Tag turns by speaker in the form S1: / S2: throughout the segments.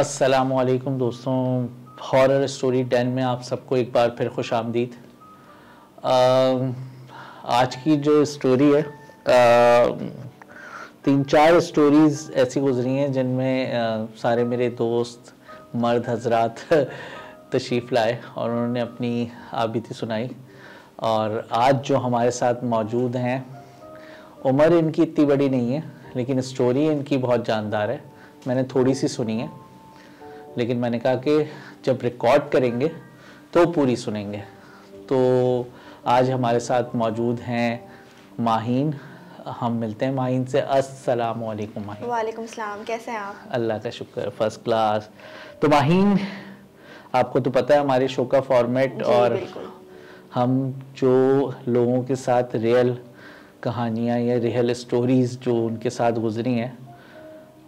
S1: असलकुम दोस्तों horror story ten में आप सबको एक बार फिर खुश आमदीद आज की जो स्टोरी है अ, तीन चार स्टोरीज़ ऐसी गुजरी हैं जिनमें अ, सारे मेरे दोस्त मर्द हजरात तशरीफ़ लाए और उन्होंने अपनी आबिती सुनाई और आज जो हमारे साथ मौजूद हैं उम्र इनकी इतनी बड़ी नहीं है लेकिन स्टोरी इनकी बहुत जानदार है मैंने थोड़ी सी सुनी है लेकिन मैंने कहा कि जब रिकॉर्ड करेंगे तो पूरी सुनेंगे तो आज हमारे साथ मौजूद हैं माहीन हम मिलते हैं माहीन से अस्सलाम वालेकुम माहीन
S2: वालेकुम सलाम कैसे हैं आप
S1: अल्लाह का शुक्र फर्स्ट क्लास तो माहीन आपको तो पता है हमारे शो का फॉर्मेट
S2: जी,
S1: और
S2: बिल्कुल।
S1: हम जो लोगों के साथ रियल कहानियाँ या रियल स्टोरीज जो उनके साथ गुजरी हैं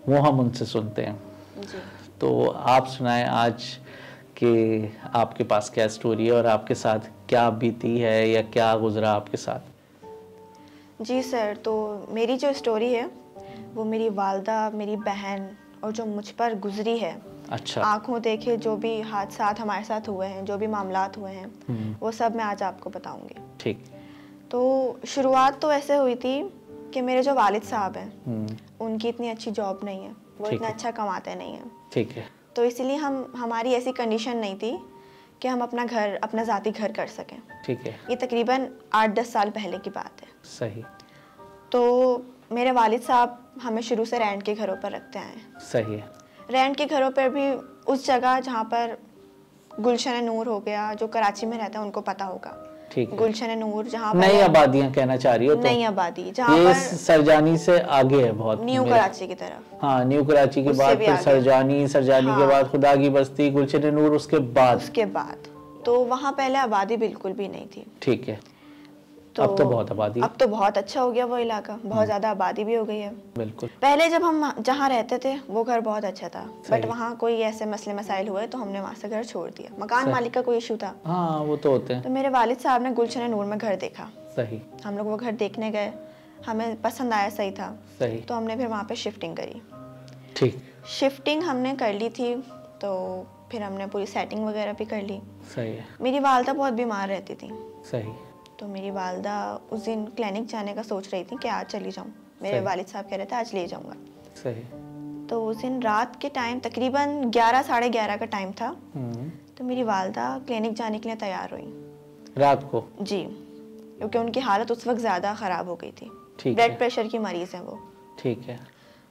S1: वो हम उनसे सुनते हैं
S2: जी
S1: तो आप सुनाएं आज कि आपके पास क्या स्टोरी है और आपके साथ क्या बीती है या क्या गुजरा आपके साथ
S2: जी सर तो मेरी जो स्टोरी है वो मेरी वालदा मेरी बहन और जो मुझ पर गुजरी है
S1: अच्छा
S2: आंखों देखे जो भी हादसा हमारे साथ हुए हैं जो भी मामलात हुए हैं
S1: हम्म,
S2: वो सब मैं आज आपको बताऊंगी
S1: ठीक
S2: तो शुरुआत तो ऐसे हुई थी कि मेरे जो वालिद साहब हैं
S1: हम्म,
S2: उनकी इतनी अच्छी जॉब नहीं है वो
S1: ठीक
S2: इतना
S1: है।
S2: अच्छा कमाते नहीं हैं
S1: ठीक है
S2: तो इसीलिए हम हमारी ऐसी कंडीशन नहीं थी कि हम अपना घर अपना ज़ाती घर कर सकें
S1: ठीक है
S2: ये तकरीबन आठ दस साल पहले की बात है
S1: सही
S2: तो मेरे वालिद साहब हमें शुरू से रेंट के घरों पर रखते आए हैं।
S1: सही है
S2: रेंट के घरों पर भी उस जगह जहाँ पर गुलशन नूर हो गया जो कराची में रहता है उनको पता होगा
S1: ठीक है
S2: गुलशन नूर जहाँ पर
S1: नई आबादियां कहना चाह रही हो तो
S2: नई आबादी जहाँ
S1: ये
S2: पर
S1: सरजानी से आगे है बहुत
S2: न्यू
S1: मेरे-
S2: कराची की तरफ
S1: हाँ न्यू कराची के
S2: उससे
S1: बाद
S2: भी
S1: फिर
S2: आगे।
S1: सरजानी सरजानी के
S2: हाँ।
S1: बाद खुदा की बस्ती गुलशन नूर उसके बाद
S2: उसके बाद तो वहाँ पहले आबादी बिल्कुल भी नहीं थी
S1: ठीक है अब तो बहुत आबादी हम्म। है।
S2: अब तो बहुत अच्छा हो गया वो इलाका बहुत ज़्यादा आबादी भी हो गई है
S1: बिल्कुल
S2: पहले जब हम जहाँ रहते थे वो घर बहुत अच्छा था
S1: सही।
S2: बट वहाँ कोई ऐसे मसले मसाइल हुए तो हमने वहाँ से घर छोड़ दिया मकान
S1: सही।
S2: मालिक का कोई इशू था
S1: हाँ वो तो होते हैं
S2: तो मेरे वालिद साहब ने गुलशन नूर में घर देखा
S1: सही
S2: हम लोग वो घर देखने गए हमें पसंद आया सही था
S1: सही
S2: तो हमने फिर वहाँ पे शिफ्टिंग करी
S1: ठीक
S2: शिफ्टिंग हमने कर ली थी तो फिर हमने पूरी सेटिंग वगैरह भी कर ली
S1: सही है
S2: मेरी वालदा बहुत बीमार रहती थी
S1: सही
S2: तो मेरी वालदा उस दिन क्लिनिक जाने का सोच रही थी कि आज चली जाऊँ मेरे
S1: सही।
S2: वालिद साहब कह रहे थे आज ले जाऊँगा
S1: सही
S2: तो उस दिन रात के टाइम तकरीबन ग्यारह साढ़े ग्यारह का टाइम था
S1: हम्म,
S2: तो मेरी वालदा क्लिनिक जाने के लिए तैयार हुई
S1: रात को
S2: जी क्योंकि उनकी हालत उस वक्त ज़्यादा ख़राब हो गई थी
S1: ठीक
S2: ब्लड
S1: है।
S2: प्रेशर की मरीज़ हैं वो
S1: ठीक है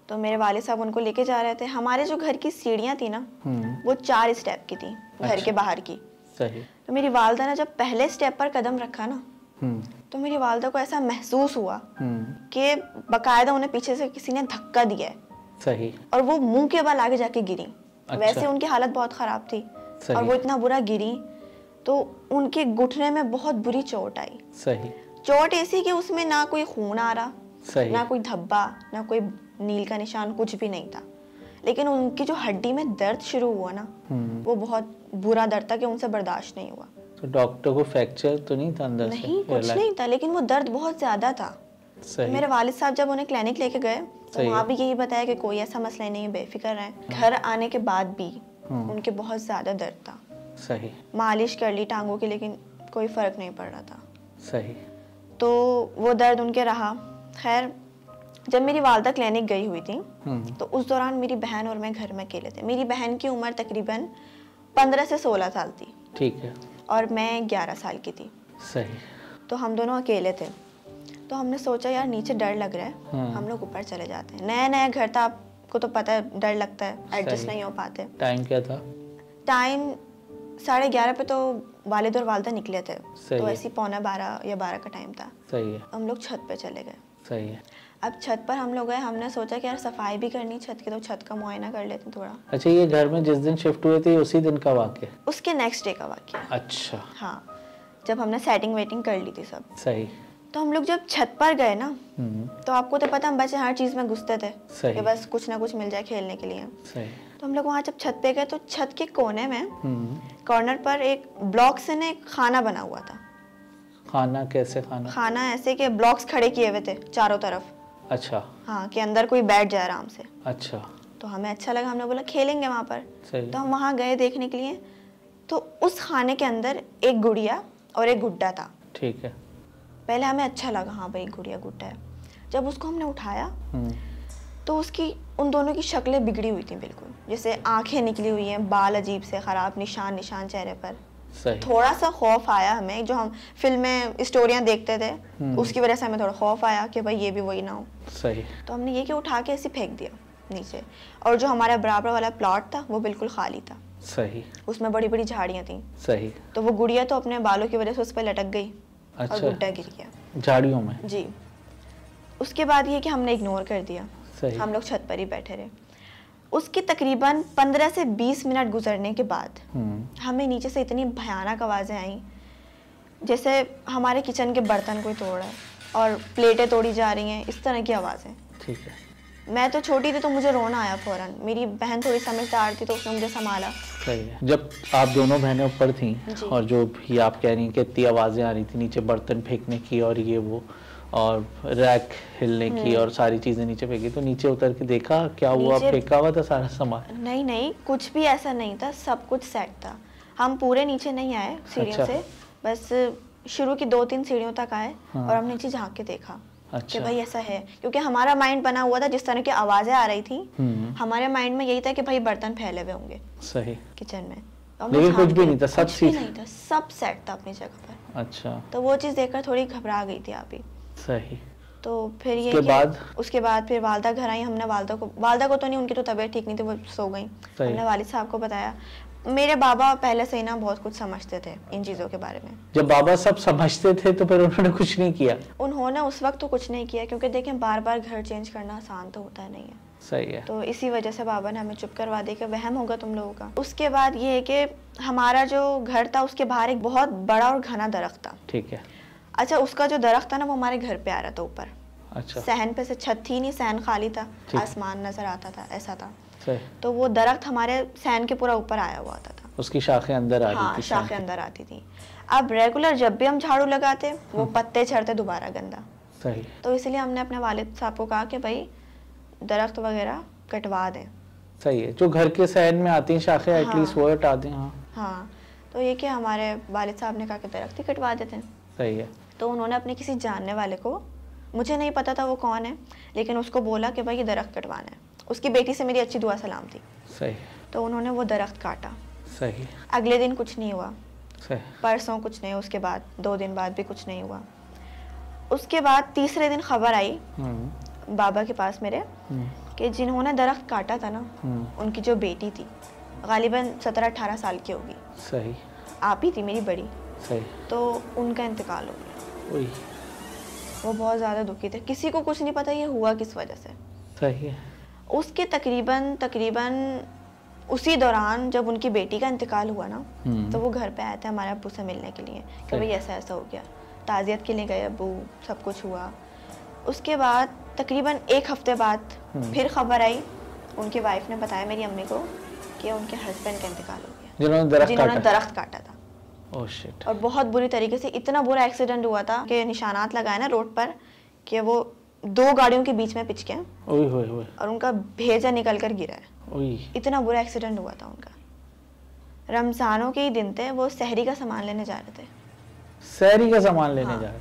S2: तो मेरे वाले साहब उनको लेके जा रहे थे हमारे जो घर की सीढ़ियाँ थी ना
S1: हम्म,
S2: वो चार स्टेप की थी घर
S1: अच्छा।
S2: के बाहर की
S1: सही
S2: तो मेरी वालदा ने जब पहले स्टेप पर कदम रखा ना
S1: हम्म,
S2: तो मेरी वालदा को ऐसा महसूस हुआ
S1: हम्म,
S2: कि बाकायदा उन्हें पीछे से किसी ने धक्का दिया है
S1: सही
S2: और वो मुंह के बल आगे जाके गिरी
S1: अच्छा।
S2: वैसे उनकी हालत बहुत खराब थी
S1: सही।
S2: और वो इतना बुरा गिरी तो उनके घुटने में बहुत बुरी चोट आई
S1: सही
S2: चोट ऐसी कि उसमें ना कोई खून आ रहा
S1: सही
S2: ना कोई धब्बा ना कोई नील का निशान कुछ भी नहीं था लेकिन उनकी जो हड्डी में दर्द शुरू हुआ ना
S1: हम्म,
S2: वो बहुत बुरा दर्द था कि उनसे बर्दाश्त नहीं हुआ
S1: तो डॉक्टर को फ्रैक्चर तो नहीं था अंदर से
S2: नहीं कुछ
S1: Realize-
S2: नहीं था लेकिन वो दर्द बहुत ज्यादा था
S1: सही
S2: मेरे वालिद साहब जब उन्हें क्लिनिक लेके गए तो
S1: सही हाँ। है।
S2: वहाँ भी यही बताया कि कोई ऐसा मसला नहीं है बेफिक्र रहें घर आने के बाद भी
S1: हम्म।
S2: उनके बहुत ज़्यादा दर्द था
S1: सही
S2: मालिश कर ली टांगों की लेकिन कोई फ़र्क नहीं पड़ रहा था
S1: सही
S2: तो वो दर्द उनके रहा खैर जब मेरी वालदा क्लिनिक गई हुई थी
S1: हम्म,
S2: तो उस दौरान मेरी बहन और मैं घर में अकेले थे मेरी बहन की उम्र तकरीबन पंद्रह से सोलह साल थी
S1: ठीक है
S2: और मैं ग्यारह साल की थी
S1: सही
S2: तो हम दोनों अकेले थे तो हमने सोचा यार नीचे डर लग रहा है
S1: हाँ।
S2: हम लोग ऊपर चले जाते हैं नया नया घर था आपको तो पता है डर लगता है एडजस्ट
S1: सही।
S2: नहीं हो पाते
S1: टाइम क्या था
S2: टाइम साढ़े ग्यारह पे तो वालिद और वालदा निकले थे
S1: सही
S2: तो
S1: है।
S2: ऐसी पौना बारह या बारह का टाइम था
S1: सही है
S2: हम लोग छत पे चले गए
S1: सही है
S2: अब छत पर हम लोग गए हमने सोचा कि यार सफाई भी करनी है छत की तो छत का मुआयना कर लेते हैं थोड़ा
S1: अच्छा ये घर में जिस दिन शिफ्ट हुए थे ये उसी दिन का वाक्य
S2: उसके नेक्स्ट डे का वाक्य
S1: अच्छा
S2: हाँ जब हमने सेटिंग वेटिंग कर ली थी सब
S1: सही
S2: तो हम लोग जब छत पर गए ना
S1: हम्म,
S2: तो आपको तो पता हम बच्चे हर चीज़ में घुसते थे
S1: सही।
S2: कि बस कुछ ना कुछ मिल जाए खेलने के लिए
S1: सही
S2: तो हम लोग वहाँ जब छत पे गए तो छत के कोने में
S1: हम्म,
S2: कॉर्नर पर एक ब्लॉक से ना एक खाना बना हुआ था
S1: खाना कैसे खाना
S2: खाना ऐसे कि ब्लॉक्स खड़े किए हुए थे चारों तरफ
S1: अच्छा
S2: हाँ कि अंदर कोई बैठ जाए आराम से
S1: अच्छा
S2: तो हमें अच्छा लगा हमने बोला खेलेंगे वहाँ पर
S1: सही
S2: तो हम वहाँ गए देखने के लिए तो उस खाने के अंदर एक गुड़िया और एक गुड्डा था
S1: ठीक है
S2: पहले हमें अच्छा लगा हाँ भाई गुड़िया गुड्डा है जब उसको हमने उठाया
S1: हम्म,
S2: तो उसकी उन दोनों की शक्लें बिगड़ी हुई थी बिल्कुल जैसे आंखें निकली हुई हैं बाल अजीब से ख़राब निशान निशान चेहरे पर
S1: सही
S2: थोड़ा सा खौफ आया हमें जो हम फिल्में स्टोरियाँ देखते थे
S1: हम्म।
S2: उसकी वजह से हमें थोड़ा खौफ आया कि भाई ये भी वही ना हो
S1: सही
S2: तो हमने ये कि उठा के ऐसे फेंक दिया नीचे और जो हमारा बराबर वाला प्लॉट था वो बिल्कुल खाली था
S1: सही
S2: उसमें बड़ी बड़ी झाड़ियाँ थी
S1: सही
S2: तो वो गुड़िया तो अपने बालों की वजह से उस पर लटक गई और गुड्डा
S1: अच्छा
S2: गिर गया
S1: झाड़ियों में
S2: जी उसके बाद ये कि हमने इग्नोर कर दिया
S1: सही
S2: हम लोग छत पर ही बैठे रहे उसके तकरीबन 15 से 20 मिनट गुजरने के बाद
S1: हम्म,
S2: हमें नीचे से इतनी भयानक आवाज़ें आई जैसे हमारे किचन के बर्तन कोई तोड़ रहा है और प्लेटें तोड़ी जा रही हैं इस तरह की आवाज़ें
S1: ठीक है
S2: मैं तो छोटी थी तो मुझे रोना आया फौरन मेरी बहन थोड़ी समझदार थी तो उसने मुझे संभाला
S1: सही है जब आप दोनों बहनें ऊपर थीं
S2: जी।
S1: और जो भी आप कह रही हैं कि इतनी आवाज़ें आ रही थी नीचे बर्तन फेंकने की और ये वो और रैक हिलने की और सारी चीज़ें नीचे फेंकी तो नीचे उतर के देखा क्या हुआ
S2: हम्म। नीचे-
S1: फेंका हुआ था सारा सामान
S2: नहीं नहीं कुछ भी ऐसा नहीं था सब कुछ सेट था हम पूरे नीचे नहीं आए सीढ़ियों
S1: अच्छा।
S2: से बस शुरू की दो तीन सीढ़ियों तक आए
S1: हाँ।
S2: और हम नीचे झांक के देखा कि
S1: अच्छा
S2: भाई ऐसा है क्योंकि हमारा माइंड बना हुआ था जिस तरह की आवाज़ें आ रही थी
S1: हम्म,
S2: हमारे माइंड में यही था कि भाई बर्तन फैले हुए होंगे
S1: सही
S2: किचन में तो हमने
S1: लेकिन कुछ
S2: झांक
S1: भी
S2: के-
S1: नहीं था, सब
S2: कुछ भी
S1: सीधा।
S2: नहीं था सब सेट था अपनी जगह पर
S1: अच्छा
S2: तो वो चीज़ देखकर थोड़ी घबरा गई थी आप ही
S1: सही
S2: तो फिर ये
S1: उसके
S2: कि-
S1: बाद?
S2: उसके बाद फिर वालदा घर आई हमने वालदा को वालदा को तो नहीं उनकी तो तबीयत ठीक नहीं थी वो सो गई
S1: सही।
S2: हमने वालिद साहब को बताया मेरे बाबा पहले से ही ना बहुत कुछ समझते थे
S1: अच्छा।
S2: इन चीज़ों के बारे में
S1: जब बाबा सब समझते थे तो फिर उन्होंने कुछ नहीं किया
S2: उन्होंने उस वक्त तो कुछ नहीं किया क्योंकि देखें बार बार घर चेंज करना आसान तो होता नहीं है
S1: सही है
S2: तो इसी वजह से बाबा ने हमें चुप करवा दिया कि वहम होगा तुम लोगों का उसके बाद ये है कि हमारा जो घर था उसके बाहर एक बहुत बड़ा और घना दरख्त था
S1: ठीक है
S2: अच्छा उसका जो दरख्त था ना वो हमारे घर पे आ रहा था ऊपर
S1: अच्छा
S2: सहन पे से छत थी नहीं सहन खाली था
S1: ठीक।
S2: आसमान नजर आता था ऐसा था
S1: सही
S2: तो वो दरख्त हमारे सहन के पूरा ऊपर आया हुआ होता था
S1: उसकी शाखें अंदर आ रही
S2: हाँ
S1: थी
S2: शाखें अंदर आती थी अब रेगुलर जब भी हम झाड़ू लगाते वो
S1: हम्म।
S2: पत्ते छड़ते दोबारा गंदा
S1: सही
S2: तो इसलिए हमने अपने वालिद साहब को कहा कि भाई दरख्त वगैरह कटवा दें
S1: सही है जो घर के सहन में आती हैं शाखें
S2: हाँ।
S1: एटलीस्ट वो हटा दें हाँ
S2: हाँ तो ये कि हमारे वालिद साहब ने कहा कि दरख्त ही कटवा देते हैं
S1: सही है
S2: तो उन्होंने अपने किसी जानने वाले को मुझे नहीं पता था वो कौन है लेकिन उसको बोला कि भाई ये दरख्त कटवाना है उसकी बेटी से मेरी अच्छी दुआ सलाम थी
S1: सही है
S2: तो उन्होंने वो दरख्त काटा
S1: सही है
S2: अगले दिन कुछ नहीं हुआ
S1: सही
S2: परसों कुछ नहीं उसके बाद दो दिन बाद भी कुछ नहीं हुआ उसके बाद तीसरे दिन खबर आई
S1: हम्म,
S2: बाबा के पास मेरे
S1: हम्म,
S2: कि जिन्होंने दरख्त काटा था ना
S1: हम्म,
S2: उनकी जो बेटी थी गालिबन सत्रह अठारह साल की होगी
S1: सही
S2: आप ही थी मेरी बड़ी
S1: सही
S2: तो उनका इंतकाल हो गया
S1: उई,
S2: वो बहुत ज़्यादा दुखी थे किसी को कुछ नहीं पता ये हुआ किस वजह से
S1: सही है
S2: उसके तकरीबन तकरीबन उसी दौरान जब उनकी बेटी का इंतकाल हुआ ना
S1: हम्म।
S2: तो वो घर पे आए थे हमारे अबू से मिलने के लिए कि
S1: सही।
S2: भाई ऐसा ऐसा हो गया ताज़ियत के लिए गए अबू सब कुछ हुआ उसके बाद तकरीबन एक हफ्ते बाद
S1: हम्म।
S2: फिर खबर आई उनकी वाइफ ने बताया मेरी अम्मी को कि उनके हस्बैंड का इंतकाल हो गया
S1: जिन्होंने दरख्त
S2: जिन्होंने
S1: काटा Oh,
S2: दरख्त काटा था
S1: ओह शिट
S2: और बहुत बुरी तरीके से इतना बुरा एक्सीडेंट हुआ था कि निशानात लगाए ना रोड पर कि वो दो गाड़ियों के बीच में पिचके हैं
S1: ओए होए होए
S2: और उनका भेजा निकल कर गिरा है
S1: ओए
S2: इतना बुरा एक्सीडेंट हुआ था उनका रमज़ानों के ही दिन थे वो सहरी का सामान लेने जा रहे थे
S1: सैरी का सामान लेने
S2: हाँ।
S1: जा रहे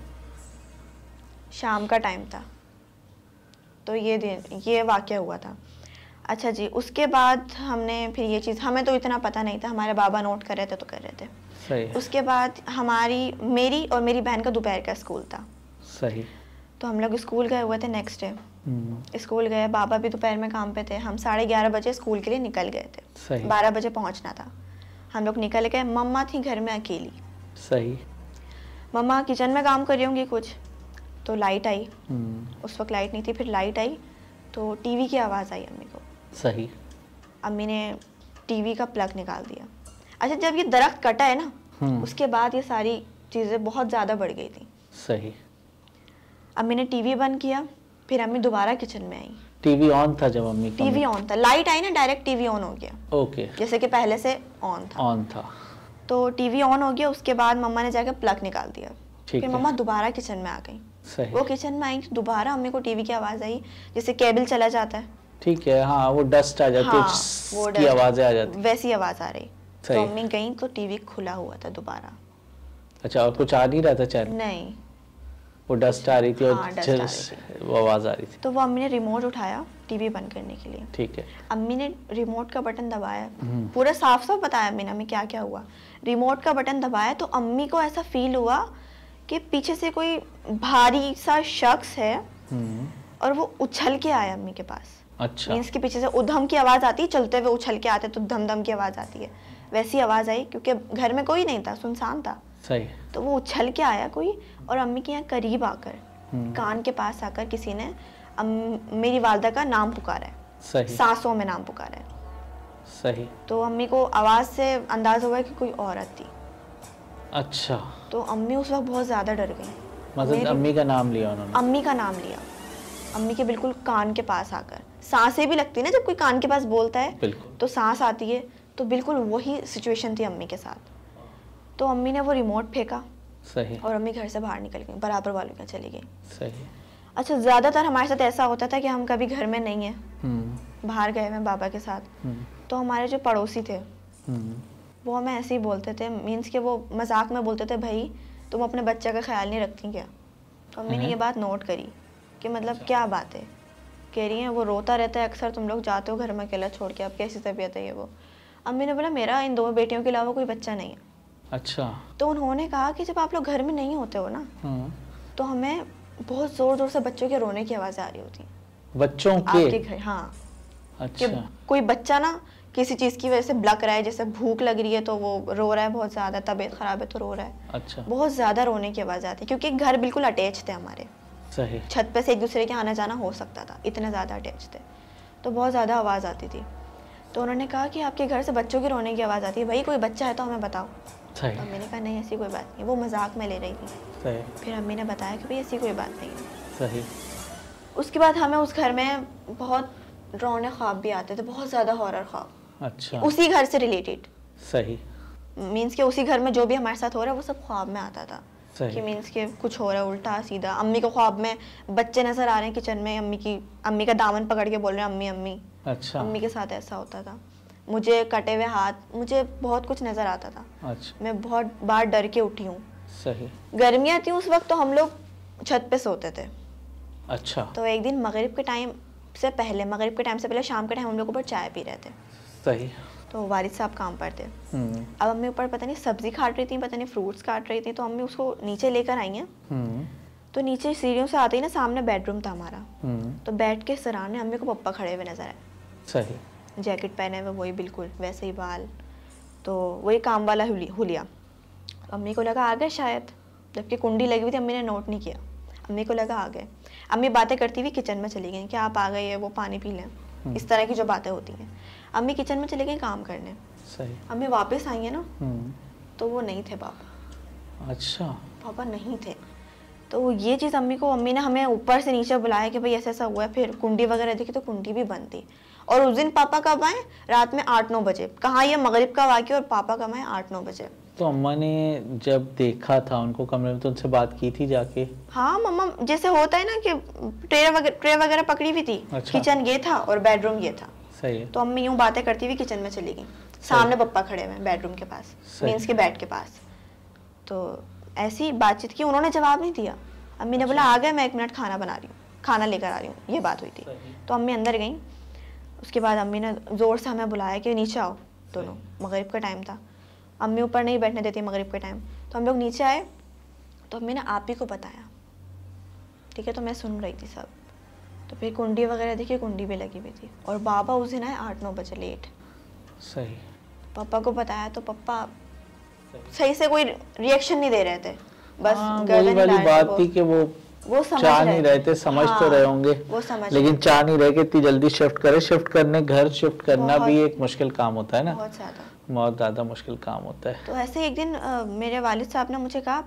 S2: शाम का टाइम था तो ये दिन ये वाक़ हुआ था अच्छा जी उसके बाद हमने फिर ये चीज़ हमें तो इतना पता नहीं था हमारे बाबा नोट कर रहे थे तो कर रहे थे
S1: सही है
S2: उसके बाद हमारी मेरी और मेरी बहन का दोपहर का स्कूल था
S1: सही
S2: तो हम लोग स्कूल गए हुए थे नेक्स्ट डे
S1: हम्म,
S2: स्कूल गए बाबा भी दोपहर में काम पे थे हम साढ़े ग्यारह बजे स्कूल के लिए निकल गए थे
S1: सही
S2: बारह बजे पहुंचना था हम लोग निकल गए मम्मा थी घर में अकेली
S1: सही
S2: मम्मा किचन में काम कर रही होंगी कुछ तो लाइट आई
S1: हम्म,
S2: उस वक्त लाइट नहीं थी फिर लाइट आई तो टीवी की आवाज़ आई अम्मी को
S1: सही
S2: अम्मी ने टीवी का प्लग निकाल दिया अच्छा जब ये दरख्त कटा है ना
S1: हम्म।
S2: उसके बाद ये सारी चीज़ें बहुत ज़्यादा बढ़ गई थी
S1: सही
S2: अम्मी ने टीवी बंद किया फिर अम्मी दोबारा किचन में आई
S1: टीवी ऑन था जब मम्मी का
S2: टीवी ऑन था लाइट आई ना डायरेक्ट टीवी ऑन हो गया
S1: ओके
S2: जैसे कि पहले से ऑन था
S1: ऑन था
S2: तो टीवी ऑन हो गया उसके बाद मम्मा ने जाकर प्लग निकाल दिया
S1: ठीक
S2: फिर
S1: है।
S2: मम्मा दोबारा किचन में आ गई
S1: सही
S2: वो किचन में आई तो दोबारा अम्मी को टीवी की आवाज़ आई जैसे केबल चला जाता है
S1: ठीक है हाँ वो डस्ट आ जाती है
S2: हाँ,
S1: च्स
S2: वो
S1: की
S2: डर-
S1: आवाजें आ जाती
S2: वैसी आवाज आ रही
S1: सही।
S2: तो मम्मी गई तो टीवी खुला हुआ था दोबारा
S1: अच्छा और कुछ आ नहीं रहा था चैनल
S2: नहीं
S1: वो डस्ट आ रही थी
S2: हाँ,
S1: और
S2: dust आ रही
S1: झस- वो आवाज आ रही थी
S2: तो वो अम्मी ने रिमोट उठाया टीवी बंद करने के लिए
S1: ठीक है
S2: अम्मी ने रिमोट का बटन दबाया
S1: हम्म।
S2: पूरा साफ साफ बताया अम्मी ने अम्मी क्या क्या हुआ रिमोट का बटन दबाया तो अम्मी को ऐसा फील हुआ कि पीछे से कोई भारी सा शख्स है
S1: हम्म,
S2: और वो उछल के आया अम्मी के पास
S1: अच्छा
S2: मीन्स के पीछे से उधम की आवाज़ आती है चलते हुए उछल के आते तो धम धम की आवाज़ आती है वैसी आवाज़ आई क्योंकि घर में कोई नहीं था सुनसान था
S1: सही
S2: तो वो उछल के आया कोई और अम्मी के यहाँ करीब आकर
S1: हम्म,
S2: कान के पास आकर किसी ने अम, मेरी वालदा का नाम पुकारा है
S1: सही
S2: सांसों में नाम पुकारा है
S1: सही
S2: तो अम्मी को आवाज़ से अंदाज हुआ कि कोई औरत थी
S1: अच्छा
S2: तो अम्मी उस वक्त बहुत ज़्यादा डर गई
S1: मतलब
S2: मेरी-
S1: अम्मी का नाम लिया उन्होंने
S2: अम्मी का नाम लिया अम्मी के बिल्कुल कान के पास आकर सांसें भी लगती है ना जब कोई कान के पास बोलता है
S1: बिल्कुल
S2: तो सांस आती है तो बिल्कुल वही सिचुएशन थी अम्मी के साथ तो अम्मी ने वो रिमोट फेंका
S1: सही
S2: और अम्मी घर से बाहर निकल गई बराबर वालों के यहाँ चली गई
S1: सही
S2: अच्छा ज़्यादातर हमारे साथ ऐसा होता था कि हम कभी घर में नहीं हैं
S1: हम्म,
S2: बाहर गए हुए हैं बाबा के साथ
S1: हम्म,
S2: तो हमारे जो पड़ोसी थे
S1: हम्म,
S2: वो हमें ऐसे ही बोलते थे मीन्स के वो मजाक में बोलते थे भाई तुम अपने बच्चे का ख्याल नहीं रखती क्या तो अम्मी ने
S1: हम्म।
S2: ये बात नोट करी कि मतलब क्या बात है कह रही हैं वो रोता रहता है अक्सर तुम लोग जाते हो घर में अकेला छोड़ के अब कैसी तबीयत है ये वो अम्मी ने बोला मेरा इन दो बेटियों के अलावा कोई बच्चा नहीं है
S1: अच्छा
S2: तो उन्होंने कहा कि जब आप लोग घर में नहीं होते हो ना
S1: हाँ,
S2: तो हमें बहुत ज़ोर ज़ोर से बच्चों के रोने की आवाज़ें आ रही होती हैं
S1: बच्चों
S2: आपके
S1: के
S2: घर हाँ कि
S1: अच्छा
S2: कोई बच्चा ना किसी चीज़ की वजह से ब्लक रहा है जैसे भूख लग रही है तो वो रो रहा है बहुत ज़्यादा तबीयत ख़राब है तो रो रहा है
S1: अच्छा
S2: बहुत ज़्यादा रोने की आवाज़ आती है क्योंकि घर बिल्कुल अटैच थे हमारे
S1: सही
S2: छत पे से एक दूसरे के आना जाना हो सकता था इतने ज़्यादा अटैच थे तो बहुत ज़्यादा आवाज़ आती थी तो उन्होंने कहा कि आपके घर से बच्चों की रोने की आवाज़ आती है भाई कोई बच्चा है तो हमें बताओ तो
S1: सही
S2: मैंने कहा नहीं ऐसी कोई बात नहीं वो मजाक में ले रही थी
S1: सही
S2: फिर अम्मी ने बताया कि भाई ऐसी कोई बात नहीं है
S1: सही
S2: उसके बाद हमें उस घर में बहुत डरावने ख्वाब भी आते थे बहुत ज़्यादा हॉरर ख्वाब
S1: अच्छा
S2: उसी घर से रिलेटेड
S1: सही
S2: मीन्स के उसी घर में जो भी हमारे साथ हो रहा है वो सब ख्वाब में आता था कि
S1: सही
S2: मीन्स के कुछ हो रहा है उल्टा सीधा अम्मी को ख्वाब में बच्चे नजर आ रहे हैं किचन में अम्मी की अम्मी का दामन पकड़ के बोल रहे हैं अम्मी अम्मी
S1: अच्छा
S2: अम्मी के साथ ऐसा होता था मुझे कटे हुए हाथ मुझे बहुत कुछ नज़र आता था
S1: अच्छा
S2: मैं बहुत बार डर के उठी हूँ
S1: सही
S2: गर्मियाँ थी उस वक्त तो हम लोग छत पे सोते थे
S1: अच्छा
S2: तो एक दिन मगरिब के टाइम से पहले मगरिब के टाइम से पहले शाम के टाइम हम लोग ऊपर चाय पी रहे थे
S1: सही
S2: तो वारिद साहब काम पर थे
S1: हम्म,
S2: अब अम्मी ऊपर पता नहीं सब्जी काट रही थी पता नहीं फ्रूट्स काट रही थी तो अम्मी उसको नीचे लेकर आई हैं
S1: हम्म,
S2: तो नीचे सीढ़ियों से आते ही ना सामने बेडरूम था हमारा
S1: हम्म,
S2: तो बेड के सराहने अम्मी को पप्पा खड़े हुए नजर आए
S1: सही
S2: जैकेट पहने हुए वही बिल्कुल वैसे ही बाल तो वही काम वाला हुली- हुलिया अम्मी को लगा आ गए शायद जबकि कुंडी लगी हुई थी अम्मी ने नोट नहीं किया अम्मी को लगा आ गए अम्मी बातें करती हुई किचन में चली गई कि आप आ गए हैं, वो पानी पी लें इस तरह की जो बातें होती हैं अम्मी किचन में चली गई काम करने
S1: सही
S2: अम्मी वापस आई है ना
S1: हम्म,
S2: तो वो नहीं थे पापा
S1: अच्छा
S2: पापा नहीं थे तो ये चीज़ अम्मी को अम्मी ने हमें ऊपर से नीचे बुलाया कि भाई ऐसा ऐसा हुआ है फिर कुंडी वगैरह देखी तो कुंडी भी बंद थी और उस दिन पापा कब आए रात में आठ नौ बजे कहाँ ये मगरिब का वाक्य और पापा कब आए आठ नौ बजे
S1: तो अम्मा ने जब देखा था उनको कमरे में तो उनसे बात की थी जाके
S2: हाँ मम्मा जैसे होता है ना कि ट्रे वगैरह ट्रे वगैरह पकड़ी हुई थी
S1: अच्छा।
S2: किचन ये था और बेडरूम ये था
S1: सही है
S2: तो अम्मी यूं बातें करती हुई किचन में चली गई सामने पप्पा खड़े हुए हैं बेडरूम के पास
S1: सही।
S2: मीन्स के बेड के पास तो ऐसी ही बातचीत की उन्होंने जवाब नहीं दिया अम्मी ने
S1: अच्छा।
S2: बोला आ गए मैं एक मिनट खाना बना रही हूँ खाना लेकर आ रही हूँ ये बात हुई थी
S1: सही।
S2: तो अम्मी अंदर गई उसके बाद अम्मी ने ज़ोर से हमें बुलाया कि नीचे आओ दोनों मगरिब का टाइम था अम्मी ऊपर नहीं बैठने देती मगरिब के टाइम तो हम लोग नीचे आए तो अम्मी ने आप ही को बताया ठीक है तो मैं सुन रही थी सब तो फिर कुंडी वगैरह देखी कुंडी भी लगी हुई थी और बाबा उस दिन आए आठ नौ बजे लेट
S1: सही
S2: पापा को बताया तो पापा सही से कोई रिएक्शन नहीं दे रहे थे बस
S1: हाँ, वही
S2: गर्दन
S1: वाली
S2: हिला रहे थे
S1: बात
S2: वो-
S1: थी कि वो
S2: वो समझ
S1: चाह नहीं रहे थे समझ तो
S2: हाँ,
S1: रहे होंगे
S2: वो समझ
S1: लेकिन
S2: रहे
S1: चाह नहीं रहे कि इतनी जल्दी शिफ्ट करे शिफ्ट करने घर शिफ्ट करना
S2: बहुत-
S1: भी एक मुश्किल काम होता है
S2: थे,
S1: ना
S2: बहुत ज्यादा
S1: बहुत ज्यादा मुश्किल काम होता है
S2: तो ऐसे ही एक दिन अ, मेरे वालिद साहब ने मुझे कहा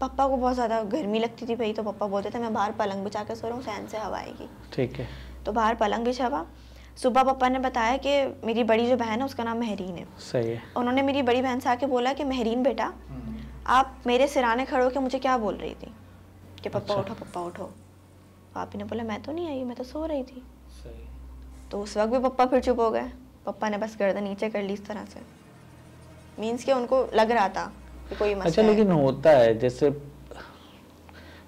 S2: पापा को बहुत ज़्यादा गर्मी लगती थी भाई तो पापा बोलते थे मैं बाहर पलंग बिछा के सो रहा हूँ फैन से हवा आएगी
S1: ठीक है
S2: तो बाहर पलंग बिछावा सुबह पापा ने बताया कि मेरी बड़ी जो बहन है उसका नाम महरीन है
S1: सही है
S2: उन्होंने मेरी बड़ी बहन से आके बोला कि महरीन बेटा आप मेरे सिराने खड़े होकर मुझे क्या बोल रही थी कि पप्पा
S1: अच्छा।
S2: उठो पप्पा उठो पापी ने बोला मैं तो नहीं आई मैं तो सो रही थी तो उस वक्त भी पप्पा फिर चुप हो गए पप्पा ने बस गर्दन नीचे कर ली इस तरह से मीन्स कि उनको लग रहा था कि कोई मसला
S1: अच्छा
S2: है।
S1: लेकिन होता है जैसे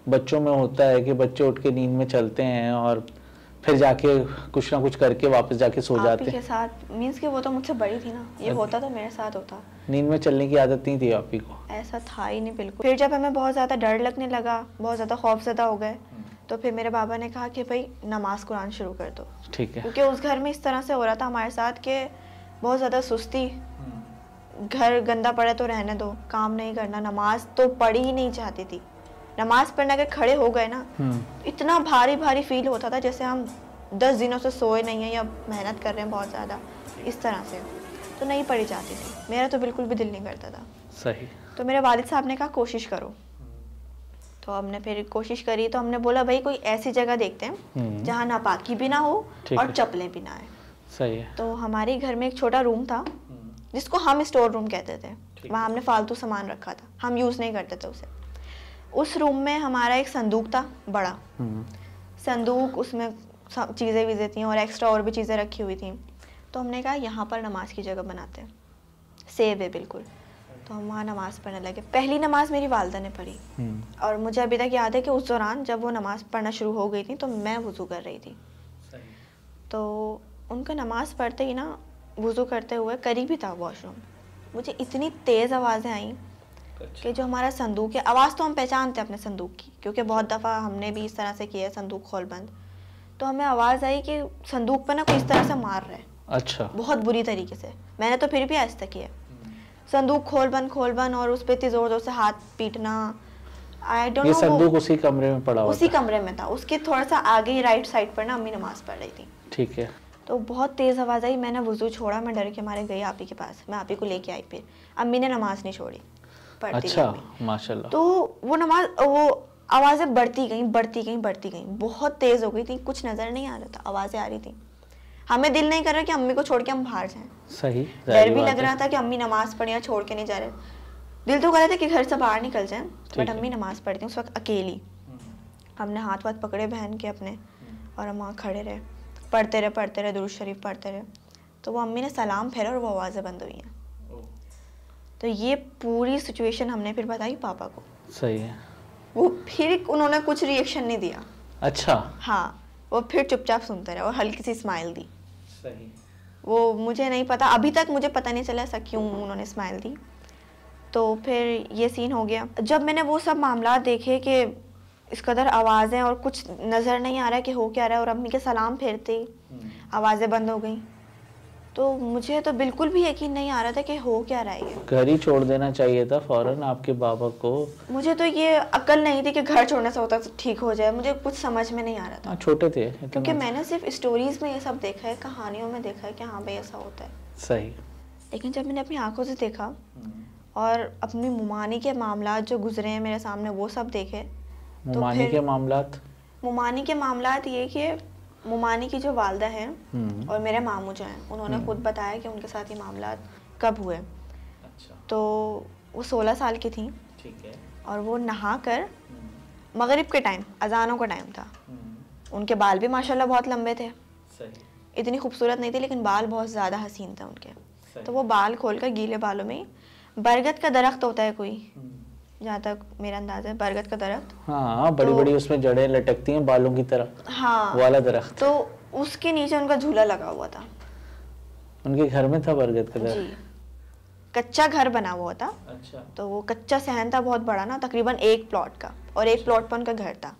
S1: बच्चों में होता है कि बच्चे उठ के नींद में चलते हैं और फिर जाके कुछ ना कुछ करके वापस जाके सो
S2: आप
S1: जाते
S2: ही के
S1: हैं
S2: साथ मीन्स कि वो तो मुझसे बड़ी थी ना ये
S1: अच्छा।
S2: होता तो मेरे साथ होता
S1: नींद में चलने की आदत नहीं थी आप ही को
S2: ऐसा था ही नहीं बिल्कुल फिर जब हमें बहुत ज़्यादा डर लगने लगा बहुत ज़्यादा खौफजदा हो गए
S1: हम्म।
S2: तो फिर मेरे बाबा ने कहा कि भाई नमाज कुरान शुरू कर दो
S1: ठीक है
S2: क्योंकि उस घर में इस तरह से हो रहा था हमारे साथ कि बहुत ज़्यादा सुस्ती घर गंदा पड़े तो रहने दो काम नहीं करना नमाज तो पढ़ी ही नहीं चाहती थी नमाज पढ़ने अगर खड़े हो गए ना
S1: हम्म
S2: इतना भारी भारी फील होता था जैसे हम दस दिनों से सोए नहीं हैं या मेहनत कर रहे हैं बहुत ज़्यादा इस तरह से तो नहीं पढ़ी जाती थी मेरा तो बिल्कुल भी दिल नहीं करता था
S1: सही
S2: तो मेरे वालिद साहब ने कहा कोशिश करो
S1: हम्म।
S2: तो हमने फिर कोशिश करी तो हमने बोला भाई कोई ऐसी जगह देखते
S1: हम्म।
S2: हैं जहाँ नापाकी भी ना हो
S1: ठीक
S2: और
S1: है।
S2: चप्पलें भी ना आए
S1: सही है
S2: तो हमारे घर में एक छोटा रूम था
S1: हम्म।
S2: जिसको हम स्टोर रूम कहते थे
S1: ठीक
S2: वहाँ हमने फालतू सामान रखा था हम यूज़ नहीं करते थे उसे उस रूम में हमारा एक संदूक था बड़ा
S1: हम्म,
S2: संदूक उसमें सब चीज़ें वीज़ें थी और एक्स्ट्रा और भी चीज़ें रखी हुई थी तो हमने कहा यहाँ पर नमाज की जगह बनाते हैं सेव है बिल्कुल तो हम वहाँ नमाज़ पढ़ने लगे पहली नमाज़ मेरी वालदा ने पढ़ी
S1: हम्म,
S2: और मुझे अभी तक याद है कि उस दौरान जब वो नमाज़ पढ़ना शुरू हो गई थी तो मैं वज़ू कर रही थी तो उनका नमाज़ पढ़ते ही ना वज़ू करते हुए करीब ही था वॉशरूम मुझे इतनी तेज़ आवाज़ें आईं कि जो हमारा संदूक है आवाज़ तो हम पहचानते हैं अपने संदूक की क्योंकि बहुत दफ़ा हमने भी इस तरह से किया है संदूक खोल बंद तो हमें आवाज़ आई कि संदूक पर ना कोई इस तरह से मार रहा है
S1: अच्छा
S2: बहुत बुरी तरीके से मैंने तो फिर भी आहिस्ता किया संदूक खोल बंद खोल बंद और उस पर इतनी ज़ोर ज़ोर से हाथ पीटना आई डोंट
S1: ये
S2: नो
S1: संदूक उसी कमरे में पड़ा हुआ
S2: उसी
S1: था
S2: कमरे में था उसके थोड़ा सा आगे ही राइट साइड पर ना अम्मी नमाज़ पढ़ रही थी
S1: ठीक है
S2: तो बहुत तेज़ आवाज़ आई मैंने वज़ू छोड़ा मैं डर के मारे गई आप ही के पास मैं आप ही को लेके आई फिर अम्मी ने नमाज़ नहीं छोड़ी पढ़ती रही
S1: अच्छा
S2: अम्मी।
S1: माशाल्लाह
S2: तो वो नमाज वो आवाज़ें बढ़ती गईं बढ़ती गईं बढ़ती गईं बहुत तेज़ हो गई थी कुछ नज़र नहीं आ रहा था आवाज़ें आ रही थी हमें दिल नहीं कर रहा कि अम्मी को छोड़ के हम बाहर जाएं
S1: सही
S2: डर
S1: जाहिर
S2: भी
S1: बात
S2: लग
S1: है।
S2: रहा था कि अम्मी नमाज़ पढ़े या छोड़ के नहीं जा रहे दिल तो कर रहा था कि घर से बाहर निकल जाएं
S1: है। हम्म।
S2: बट अम्मी नमाज़ पढ़ती हैं उस वक्त अकेली हमने हाथ वाथ पकड़े बहन के अपने और हम वहाँ खड़े रहे पढ़ते रहे पढ़ते रहे दुरूद शरीफ पढ़ते रहे तो वो अम्मी ने सलाम फेरा और वो आवाज़ें बंद हुई हैं तो ये पूरी सिचुएशन हमने फिर बताई पापा को
S1: सही है
S2: वो फिर उन्होंने कुछ रिएक्शन नहीं दिया
S1: अच्छा
S2: हाँ वो फिर चुपचाप सुनते रहे और हल्की सी स्माइल दी
S1: सही
S2: वो मुझे नहीं पता अभी तक मुझे पता नहीं चला ऐसा क्यों उन्होंने स्माइल दी तो फिर ये सीन हो गया जब मैंने वो सब मामला देखे कि इस कदर आवाज़ें और कुछ नज़र नहीं आ रहा है कि हो क्या रहा है और अम्मी के सलाम फेरते ही
S1: हम्म।
S2: आवाज़ें बंद हो गई तो मुझे तो बिल्कुल भी यकीन नहीं आ रहा था कि हो क्या रहा है ये
S1: घर ही छोड़ देना चाहिए था फौरन आपके बाबा को
S2: मुझे तो ये अकल नहीं थी कि घर छोड़ने से होता तो ठीक हो जाए मुझे कुछ समझ में नहीं आ रहा था
S1: हाँ छोटे थे इतना-
S2: क्योंकि मैंने सिर्फ स्टोरीज में ये सब देखा है कहानियों में देखा है कि हाँ भाई ऐसा होता है
S1: सही
S2: लेकिन जब मैंने अपनी आंखों से देखा और अपनी मुमानी के मामला जो गुजरे हैं मेरे सामने वो सब देखे
S1: मुमानी
S2: तो फिर-
S1: के मामला
S2: मुमानी के मामला ये कि मुमानी की जो वालदा हैं
S1: हम्म।
S2: और मेरे मामू जो हैं उन्होंने खुद बताया कि उनके साथ ये मामला कब हुए
S1: अच्छा
S2: तो वो सोलह साल की थी
S1: ठीक है हम्म,
S2: और वो नहा कर मगरिब के टाइम अजानों का टाइम था उनके बाल भी माशाल्लाह बहुत लंबे थे
S1: सही
S2: इतनी खूबसूरत नहीं थी लेकिन बाल बहुत ज़्यादा हसीन थे उनके
S1: सही।
S2: तो वो बाल खोल कर गीले बालों में ही- बरगद का दरख्त होता है कोई
S1: हम्म।
S2: जहाँ तक मेरा अंदाज़ है बरगद का दरख्त
S1: हाँ बड़ी बड़ी उसमें जड़ें लटकती हैं बालों की तरह
S2: तो- हाँ
S1: वाला दरख्त
S2: तो उसके नीचे उनका झूला लगा हुआ था
S1: उनके घर में था बरगद का
S2: जी
S1: दरख्त
S2: कच्चा घर बना हुआ था
S1: अच्छा
S2: तो वो कच्चा सहन था बहुत बड़ा ना तकरीबन एक प्लॉट का और एक प्लॉट पर उनका घर था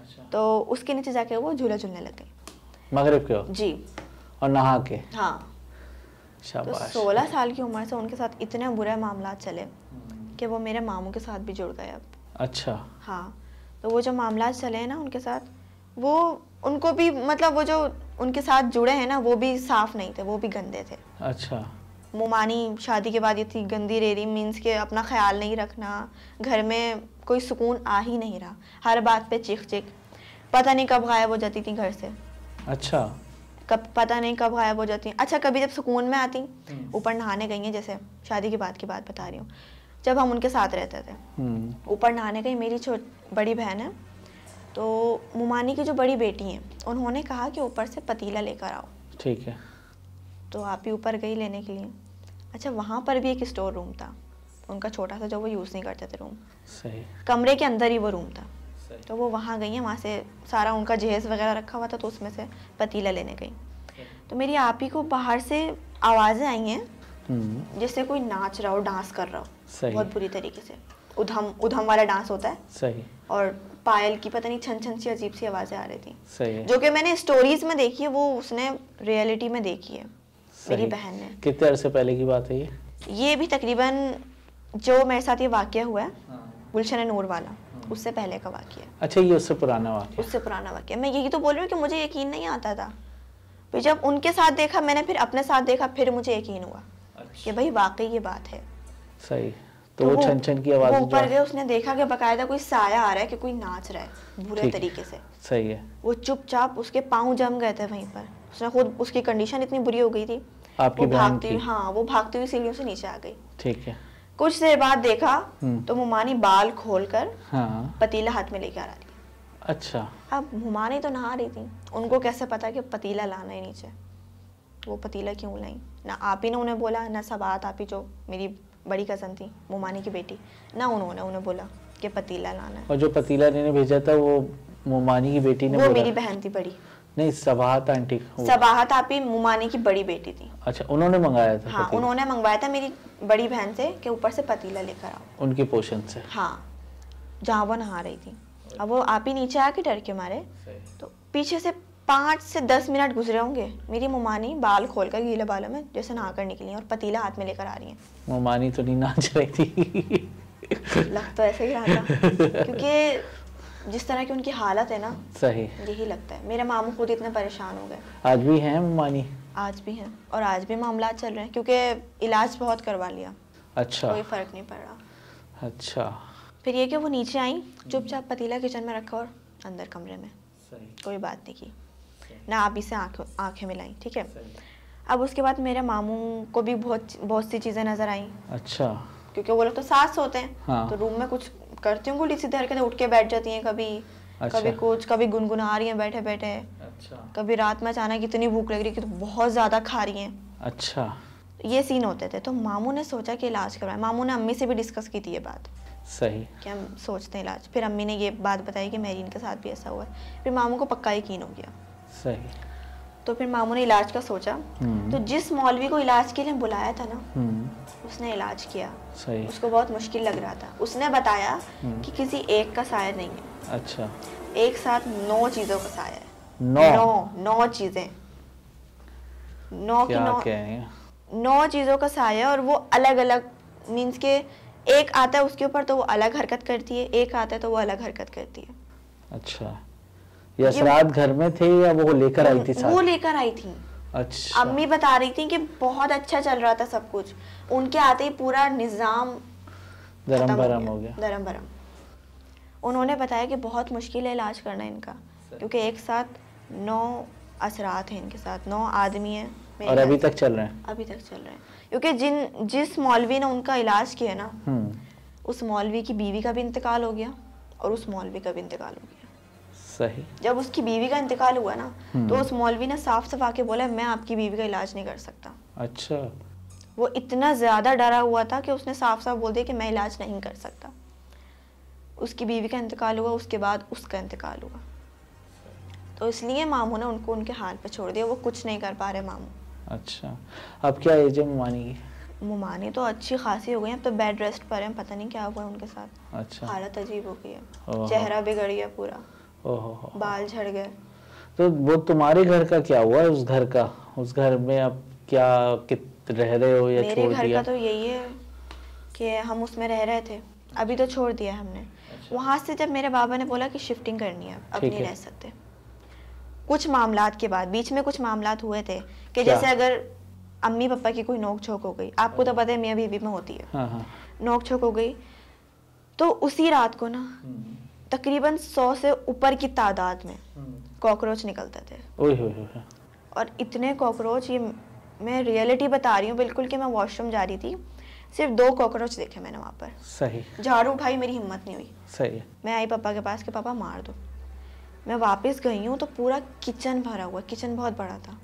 S1: अच्छा
S2: तो उसके नीचे जाके वो झूला झूलने लग गई
S1: मगरिब के वक्त
S2: जी
S1: और नहा के
S2: हाँ तो
S1: शाबाश
S2: सोलह साल की उम्र से उनके साथ इतने बुरे मामला चले
S1: हम्म।
S2: कि वो मेरे मामू के साथ भी जुड़ गए अब
S1: अच्छा
S2: हाँ तो वो जो मामला चले हैं ना उनके साथ वो उनको भी मतलब वो जो उनके साथ जुड़े हैं ना वो भी साफ नहीं थे वो भी गंदे थे
S1: अच्छा
S2: मुमानी शादी के बाद ये थी गंदी रेरी मीन्स के अपना ख्याल नहीं रखना घर में कोई सुकून आ ही नहीं रहा हर बात पे चिख चिख पता नहीं कब गायब हो जाती थी घर से
S1: अच्छा
S2: कब पता नहीं कब गायब हो जाती हैं अच्छा कभी जब सुकून में आती ऊपर नहाने गई हैं जैसे शादी के बाद की बात बता रही हूँ जब हम उनके साथ रहते थे
S1: हम्म
S2: ऊपर नहाने गई मेरी छोट बड़ी बहन है तो मुमानी की जो बड़ी बेटी हैं उन्होंने कहा कि ऊपर से पतीला लेकर आओ
S1: ठीक है
S2: तो आप ही ऊपर गई लेने के लिए अच्छा वहाँ पर भी एक स्टोर रूम था उनका छोटा सा जो वो यूज़ नहीं करते थे रूम
S1: सही
S2: कमरे के अंदर ही वो रूम था
S1: सही
S2: तो वो वहाँ गई हैं वहाँ से सारा उनका जहेज वगैरह रखा हुआ था तो उसमें से पतीला लेने गई तो मेरी आप ही को बाहर से आवाज़ें आई हैं
S1: हम्म,
S2: जैसे कोई नाच रहा हो डांस कर रहा हो
S1: सही
S2: बहुत बुरी तरीके से उधम उधम वाला डांस होता है
S1: सही
S2: और पायल की पता नहीं छन छन सी अजीब सी आवाज़ें आ रही थी
S1: सही है
S2: जो कि मैंने स्टोरीज में देखी है वो उसने रियलिटी में देखी है मेरी
S1: सही।
S2: बहन ने
S1: कितने अरसे पहले की बात है ये
S2: ये भी तकरीबन जो मेरे साथ ये वाक्य हुआ है
S1: हाँ।
S2: गुलशन नूर वाला उससे पहले का वाक्य है
S1: अच्छा ये उससे पुराना वाक्य
S2: उससे पुराना वाक्य है। मैं यही तो बोल रही हूँ कि मुझे यकीन नहीं आता था फिर जब उनके साथ देखा मैंने फिर अपने साथ देखा फिर मुझे यकीन हुआ कि भाई वाकई ये बात है
S1: सही तो वो छन छन की आवाज
S2: अच्छा। वो ऊपर गए उसने देखा कि बकायदा कोई साया आ रहा है कि कोई नाच रहा है बुरे
S1: ठीक।
S2: तरीके से
S1: सही है
S2: वो चुपचाप उसके पाँव जम गए थे वहीं पर उसने खुद उसकी कंडीशन इतनी बुरी हो गई थी
S1: आपकी
S2: वो
S1: बहन
S2: भागती हाँ।
S1: की
S2: हुई हाँ वो भागती हुई सीढ़ियों से नीचे आ गई
S1: ठीक है
S2: कुछ देर बाद देखा
S1: हम्म।
S2: तो मुमानी बाल खोलकर
S1: हाँ
S2: पतीला हाथ में लेके आ रहा थी
S1: अच्छा
S2: अब मुमानी तो नहा रही थी उनको कैसे पता कि पतीला लाना है नीचे वो पतीला क्यों लाई ना आप ही ने उन्हें बोला ना सबात आप ही जो मेरी बड़ी कज़न थी मुमानी की बेटी ना उन्होंने उन्हें बोला कि पतीला लाना है
S1: और जो पतीला ने भेजा था वो मोमानी की बेटी ने
S2: वो
S1: बोला
S2: मेरी बहन थी बड़ी
S1: नहीं सबाहत आंटी वो-
S2: सबाहत आप ही मुमानी की बड़ी बेटी थी
S1: अच्छा उन्होंने मंगाया था
S2: हाँ
S1: पतीला,
S2: उन्होंने मंगवाया था मेरी बड़ी बहन से कि ऊपर से पतीला लेकर आओ
S1: उनके पोषण से
S2: हाँ जहाँ वो नहा रही थी अब वो आप ही नीचे आके डर के मारे तो पीछे से पाँच से दस मिनट गुजरे होंगे मेरी मुमानी बाल खोल कर गीले बालों में जैसे नहा कर निकली हैं और पतीला हाथ में लेकर आ रही हैं
S1: मोमानी तो नहीं नाच रही थी
S2: लग तो ऐसे ही रहा था क्योंकि जिस तरह की उनकी हालत है ना
S1: सही
S2: यही लगता है मेरे मामू खुद इतने परेशान हो गए
S1: आज भी हैं मोमानी
S2: आज भी हैं और आज भी मामला चल रहे हैं क्योंकि इलाज बहुत करवा लिया
S1: अच्छा
S2: कोई फर्क नहीं पड़ रहा
S1: अच्छा
S2: फिर ये कि वो नीचे आई चुपचाप पतीला किचन में रखा और अंदर कमरे में
S1: सही
S2: कोई बात नहीं की ना आप इसे आंख आंखें मिलाई ठीक है
S1: सही
S2: अब उसके बाद मेरे मामू को भी बहुत बहुत सी चीज़ें नज़र आई
S1: अच्छा
S2: क्योंकि वो लोग तो सास होते हैं
S1: हाँ।
S2: तो रूम में कुछ करती हूँ गुली सीधे हरकतें उठ के बैठ जाती हैं कभी
S1: अच्छा।
S2: कभी कुछ कभी गुनगुना रही हैं बैठे बैठे
S1: अच्छा
S2: कभी रात में अचानक इतनी भूख लग रही कि तो बहुत ज़्यादा खा रही हैं
S1: अच्छा
S2: ये सीन होते थे तो मामू ने सोचा कि इलाज करवाएं मामू ने अम्मी से भी डिस्कस की थी ये बात
S1: सही
S2: कि हम सोचते हैं इलाज फिर अम्मी ने ये बात बताई कि मेरी इनके साथ भी ऐसा हुआ है फिर मामू को पक्का यकीन हो गया
S1: सही
S2: तो फिर मामू ने इलाज का सोचा
S1: हम्म
S2: तो जिस मौलवी को इलाज के लिए बुलाया था ना
S1: हम्म
S2: उसने इलाज किया
S1: सही
S2: उसको बहुत मुश्किल लग रहा था उसने बताया
S1: हम्म।
S2: कि किसी एक का साया नहीं है
S1: अच्छा
S2: एक साथ नौ चीज़ों का साया है
S1: नौ
S2: नौ नौ चीज़ें नौ की
S1: क्या
S2: नौ
S1: कहेंगे
S2: नौ चीज़ों का साया है और वो अलग अलग मीन्स के एक आता है उसके ऊपर तो वो अलग हरकत करती है एक आता है तो वो अलग हरकत करती है
S1: अच्छा ये असरात घर में थे या वो लेकर आई थी
S2: वो
S1: साथ
S2: लेकर आई थी
S1: अच्छा
S2: अम्मी बता रही थी कि बहुत अच्छा चल रहा था सब कुछ उनके आते ही पूरा निज़ाम
S1: धर्म
S2: खत्म
S1: भरम हो गया
S2: धर्म भरम उन्होंने बताया कि बहुत मुश्किल है इलाज करना इनका क्योंकि एक साथ नौ असरात हैं इनके साथ नौ आदमी हैं मेरे
S1: और अभी
S2: ख्याल
S1: तक चल रहे हैं
S2: से अभी तक चल रहे हैं क्योंकि जिन जिस मौलवी ने उनका इलाज किया ना
S1: हम्म
S2: उस मौलवी की बीवी का भी इंतकाल हो गया और उस मौलवी का भी इंतकाल हो गया
S1: सही
S2: जब उसकी बीवी का इंतकाल हुआ ना
S1: हम्म।
S2: तो उस मौलवी ने साफ साफ आके बोला मैं आपकी बीवी का इलाज नहीं कर सकता
S1: अच्छा
S2: वो इतना ज़्यादा डरा हुआ था कि उसने साफ साफ बोल दिया कि मैं इलाज नहीं कर सकता उसकी बीवी का इंतकाल हुआ उसके बाद उसका इंतकाल हुआ तो इसलिए मामू ने उनको उनके हाल पे छोड़ दिया वो कुछ नहीं कर पा रहे मामू
S1: अच्छा अब क्या एज है मोमानी की
S2: मुमानी तो अच्छी खासी हो गई हैं, अब तो बेड रेस्ट पर हैं पता नहीं क्या हुआ है उनके साथ
S1: अच्छा
S2: हालत अजीब हो गई है
S1: ओहो।
S2: चेहरा बिगड़ गया पूरा
S1: ओहो हो।
S2: बाल झड़ गए
S1: तो वो तुम्हारे घर का क्या हुआ उस घर का उस घर में अब क्या कित रह रहे हो या
S2: मेरे
S1: छोड़
S2: घर
S1: दिया
S2: का तो यही है कि हम उसमें रह रहे थे अभी तो छोड़ दिया है हमने वहाँ से जब मेरे बाबा ने बोला कि शिफ्टिंग करनी है अब
S1: अच्छा। ठीक
S2: नहीं
S1: है।
S2: रह सकते कुछ मामलात के बाद बीच में कुछ मामलात हुए थे कि
S1: क्या?
S2: जैसे अगर अम्मी पापा की कोई नोक झोंक हो गई आपको
S1: अच्छा।
S2: तो पता है मियाँ बीवी में होती है
S1: हाँ हाँ
S2: नोक झोंक हो गई तो उसी रात को ना
S1: हम्म,
S2: तकरीबन सौ से ऊपर की तादाद में
S1: हम्म।
S2: कॉकरोच निकलते थे
S1: ओए होए होए।
S2: और इतने कॉकरोच ये मैं रियलिटी बता रही हूँ बिल्कुल कि मैं वॉशरूम जा रही थी सिर्फ दो कॉकरोच देखे मैंने वहाँ पर
S1: सही
S2: झाड़ू उठाई मेरी हिम्मत नहीं हुई
S1: सही है।
S2: मैं आई पापा के पास कि पापा मार दो मैं वापस गई हूँ तो पूरा किचन भरा हुआ किचन बहुत बड़ा था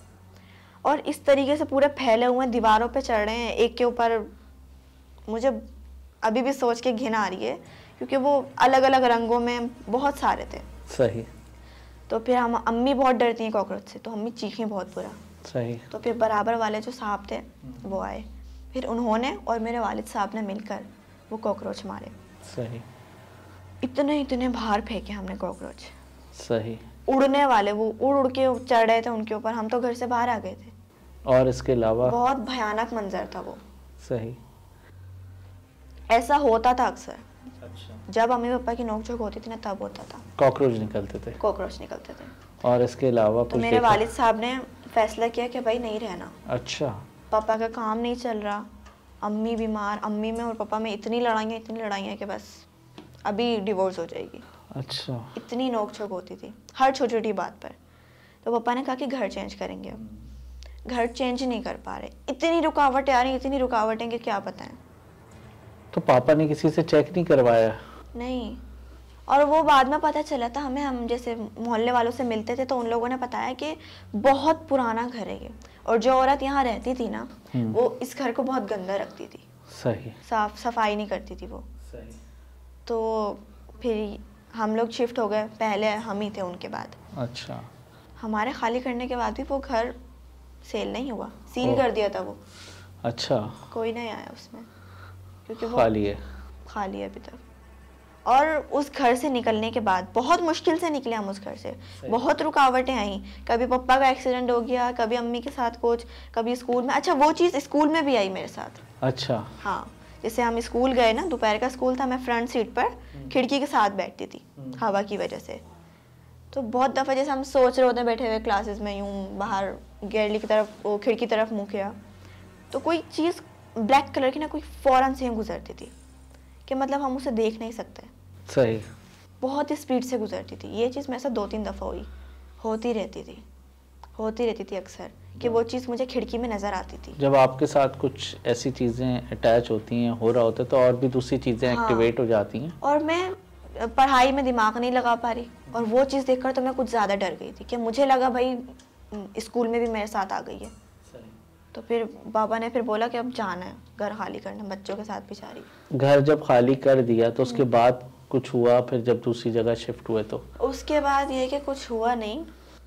S2: और इस तरीके से पूरे फैले हुए हैं दीवारों पे चढ़ रहे हैं एक के ऊपर मुझे अभी भी सोच के घिन आ रही है क्योंकि वो अलग अलग रंगों में बहुत सारे थे
S1: सही
S2: तो फिर हम अम्मी बहुत डरती हैं कॉकरोच से तो अम्मी चीखी बहुत बुरा
S1: सही
S2: तो फिर बराबर वाले जो सांप थे
S1: हम्म।
S2: वो आए फिर उन्होंने और मेरे वालिद साहब ने मिलकर वो कॉकरोच मारे
S1: सही
S2: इतने इतने बाहर फेंके हमने कॉकरोच
S1: सही
S2: उड़ने वाले वो उड़ उड़ के चढ़ रहे थे उनके ऊपर हम तो घर से बाहर आ गए थे
S1: और इसके अलावा
S2: बहुत भयानक मंजर था वो
S1: सही
S2: ऐसा होता था अक्सर
S3: अच्छा
S2: जब अम्मी पापा की नोकझोंक होती थी ना तब होता था
S1: कॉकरोच निकलते थे
S2: कॉकरोच निकलते थे
S1: और इसके अलावा
S2: तो
S1: कुछ
S2: मेरे
S1: देखा?
S2: वालिद साहब ने फैसला किया कि भाई नहीं रहना
S1: अच्छा
S2: पापा का काम नहीं चल रहा अम्मी बीमार अम्मी में और पापा में इतनी लड़ाइयाँ इतनी लड़ाइयाँ कि बस अभी डिवोर्स हो जाएगी
S1: अच्छा
S2: इतनी नोकझोंक होती थी हर छोटी छोटी बात पर तो पापा ने कहा कि घर चेंज करेंगे अब घर चेंज नहीं कर पा रहे इतनी रुकावटें आ रही इतनी रुकावटें कि क्या बताएं
S1: तो पापा ने किसी से चेक नहीं करवाया
S2: नहीं और वो बाद में पता चला था हमें हम जैसे मोहल्ले वालों से मिलते थे तो उन लोगों ने बताया कि बहुत पुराना घर है ये और जो औरत यहाँ रहती थी ना
S1: हम्म।
S2: वो इस घर को बहुत गंदा रखती थी
S1: सही
S2: साफ सफाई नहीं करती थी वो
S3: सही
S2: तो फिर हम लोग शिफ्ट हो गए पहले हम ही थे उनके बाद
S1: अच्छा
S2: हमारे खाली करने के बाद भी वो घर सेल नहीं हुआ सील
S1: ओह।
S2: कर दिया था वो
S1: अच्छा
S2: कोई नहीं आया उसमें क्योंकि वो
S1: खाली है
S2: खाली है अभी तक और उस घर से निकलने के बाद बहुत मुश्किल से निकले हम उस घर से बहुत रुकावटें आई कभी पप्पा का एक्सीडेंट हो गया कभी अम्मी के साथ कुछ कभी स्कूल में अच्छा वो चीज़ स्कूल में भी आई मेरे साथ
S1: अच्छा
S2: हाँ जैसे हम स्कूल गए ना दोपहर का स्कूल था मैं फ्रंट सीट पर खिड़की के साथ बैठती थी हवा की वजह से तो बहुत दफ़ा जैसे हम सोच रहे होते हैं बैठे हुए क्लासेस में यूं बाहर गैलरी की तरफ वो खिड़की तरफ मुँह किया तो कोई चीज़ ब्लैक कलर की ना कोई फ़ौरन से ही गुजरती थी कि मतलब हम उसे देख नहीं सकते
S1: सही
S2: बहुत स्पीड से गुजरती थी ये चीज़ मेरे साथ दो तीन दफ़ा हुई होती रहती थी होती रहती थी अक्सर कि वो चीज़ मुझे खिड़की में नज़र आती थी
S1: जब आपके साथ कुछ ऐसी चीजें अटैच होती हैं हो रहा होता है तो और भी दूसरी चीजें
S2: हाँ।
S1: एक्टिवेट हो जाती हैं
S2: और मैं अ, पढ़ाई में दिमाग नहीं लगा पा रही और वो चीज़ देखकर तो मैं कुछ ज़्यादा डर गई थी कि मुझे लगा भाई अम, स्कूल में भी मेरे साथ आ गई है
S3: सही
S2: तो फिर बाबा ने फिर बोला कि अब जाना है घर खाली करना बच्चों के साथ भी जा रही है।
S1: घर जब खाली कर दिया तो
S2: हम्म।
S1: उसके बाद कुछ हुआ फिर जब दूसरी जगह शिफ्ट हुए तो
S2: उसके बाद ये कि कुछ हुआ नहीं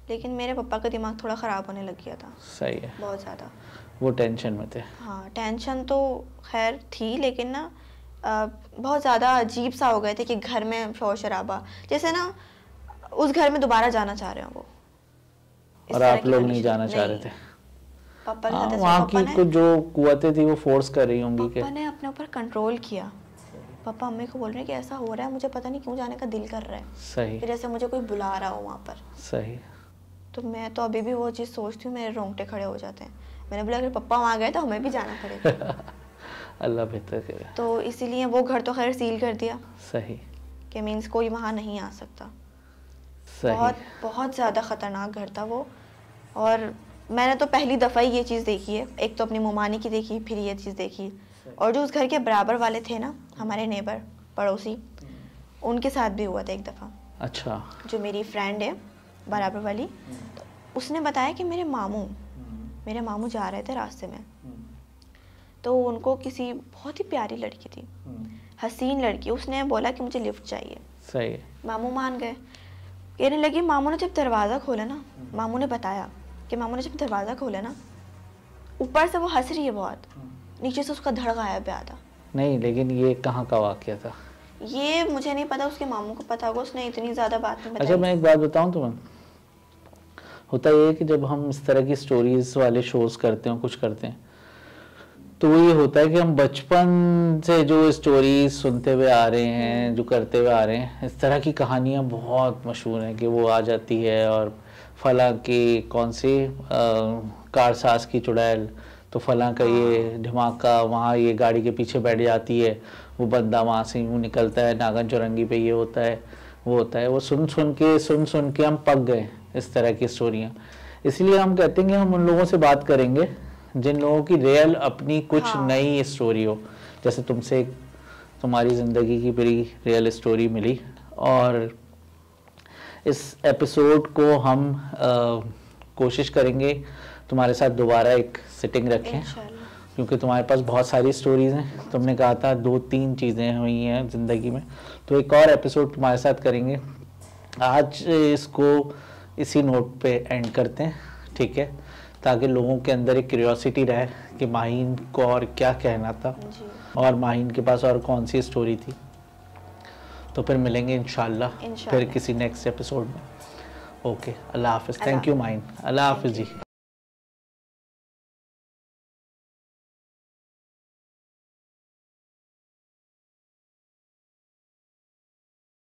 S2: लेकिन मेरे पापा का दिमाग थोड़ा ख़राब होने लग गया था
S1: सही है
S2: बहुत ज़्यादा
S1: वो टेंशन में थे
S2: हाँ टेंशन तो खैर थी लेकिन ना अ, बहुत ज़्यादा अजीब सा हो गए थे कि घर में शोर शराबा जैसे ना उस घर में दोबारा जाना चाह रहे हो वो इस
S1: और
S2: तरह
S1: आप
S2: की
S1: लोग नहीं
S2: condition-
S1: जाना चाह रहे
S2: नहीं,
S1: थे
S2: पापा के
S1: हाँ,
S2: साथ ऐसा-
S1: वहाँ
S2: पापा
S1: की
S2: ने-
S1: कुछ जो कुतें थी वो फोर्स कर रही होंगी कि
S2: पापा ने अपने ऊपर कंट्रोल किया पापा अम्मी को बोल रहे हैं कि ऐसा हो रहा है मुझे पता नहीं क्यों जाने का दिल कर रहा है
S1: सही
S2: फिर ऐसे मुझे कोई बुला रहा हो वहाँ पर
S1: सही
S2: तो मैं तो अभी भी वो चीज़ सोचती हूँ मेरे रोंगटे खड़े हो जाते हैं मैंने बोला अगर पापा वहाँ गए तो हमें भी जाना पड़ेगा
S1: अल्लाह बेहतर करे
S2: तो इसीलिए वो घर तो खैर सील कर दिया
S1: सही
S2: कि मीन्स कोई वहाँ नहीं आ सकता बहुत
S1: सही
S2: बहुत ज़्यादा ख़तरनाक घर था वो और मैंने तो पहली दफ़ा ही ये चीज़ देखी है एक तो अपनी मुमानी की देखी फिर ये चीज़ देखी और जो उस घर के बराबर वाले थे ना हमारे नेबर पड़ोसी उनके साथ भी हुआ था एक दफ़ा
S1: अच्छा
S2: जो मेरी फ्रेंड है बराबर वाली तो उसने बताया कि मेरे मामू मेरे मामू जा रहे थे रास्ते में तो उनको किसी बहुत ही प्यारी लड़की थी हसीन लड़की उसने बोला कि मुझे लिफ्ट चाहिए
S1: सही है
S2: मामू मान गए कहने लगी मामू ने जब दरवाज़ा खोला ना मामू ने बताया कि मामू ने जब दरवाज़ा खोला ना ऊपर से वो हंस रही है बहुत नीचे से उसका धड़ गायब है आधा
S1: नहीं लेकिन ये कहाँ का वाक्य था
S2: ये मुझे नहीं पता उसके मामू को पता होगा उसने इतनी ज़्यादा बात नहीं
S1: अच्छा
S2: बताई
S1: मैं एक बात बताऊं तुम्हें होता ये है कि जब हम इस तरह की स्टोरीज वाले शोज करते हैं कुछ करते हैं तो वो ये होता है कि हम बचपन से जो स्टोरीज सुनते हुए आ रहे हैं जो करते हुए आ रहे हैं इस तरह की कहानियाँ बहुत मशहूर हैं कि वो आ जाती है और फला की कौन सी अ, कारसाज की चुड़ैल तो फला का ये धमाका वहाँ ये गाड़ी के पीछे बैठ जाती है वो बंदा वहाँ से यूँ निकलता है नागन चौरंगी पे ये होता है वो होता है वो सुन सुन के सुन सुन के हम पक गए इस तरह की स्टोरियाँ इसलिए हम कहते हैं कि हम उन लोगों से बात करेंगे जिन लोगों की रियल अपनी कुछ
S2: हाँ।
S1: नई स्टोरी हो जैसे तुमसे एक तुम्हारी ज़िंदगी की बड़ी रियल स्टोरी मिली और इस एपिसोड को हम अ, कोशिश करेंगे तुम्हारे साथ दोबारा एक सिटिंग रखें
S2: इंशाल्लाह
S1: क्योंकि तुम्हारे पास बहुत सारी स्टोरीज हैं तुमने कहा था दो तीन चीज़ें हुई हैं ज़िंदगी में तो एक और एपिसोड तुम्हारे साथ करेंगे आज इसको इसी नोट पे एंड करते हैं ठीक है ताकि लोगों के अंदर एक क्यूरियोसिटी रहे कि माहिन को और क्या कहना था
S2: जी
S1: और माहिन के पास और कौन सी स्टोरी थी तो फिर मिलेंगे इंशाल्लाह
S2: इंशाल्लाह।
S1: फिर किसी नेक्स्ट एपिसोड में ओके अल्लाह हाफिज़
S2: अल्लाह
S1: थैंक यू माहिन अल्लाह हाफिज़ जी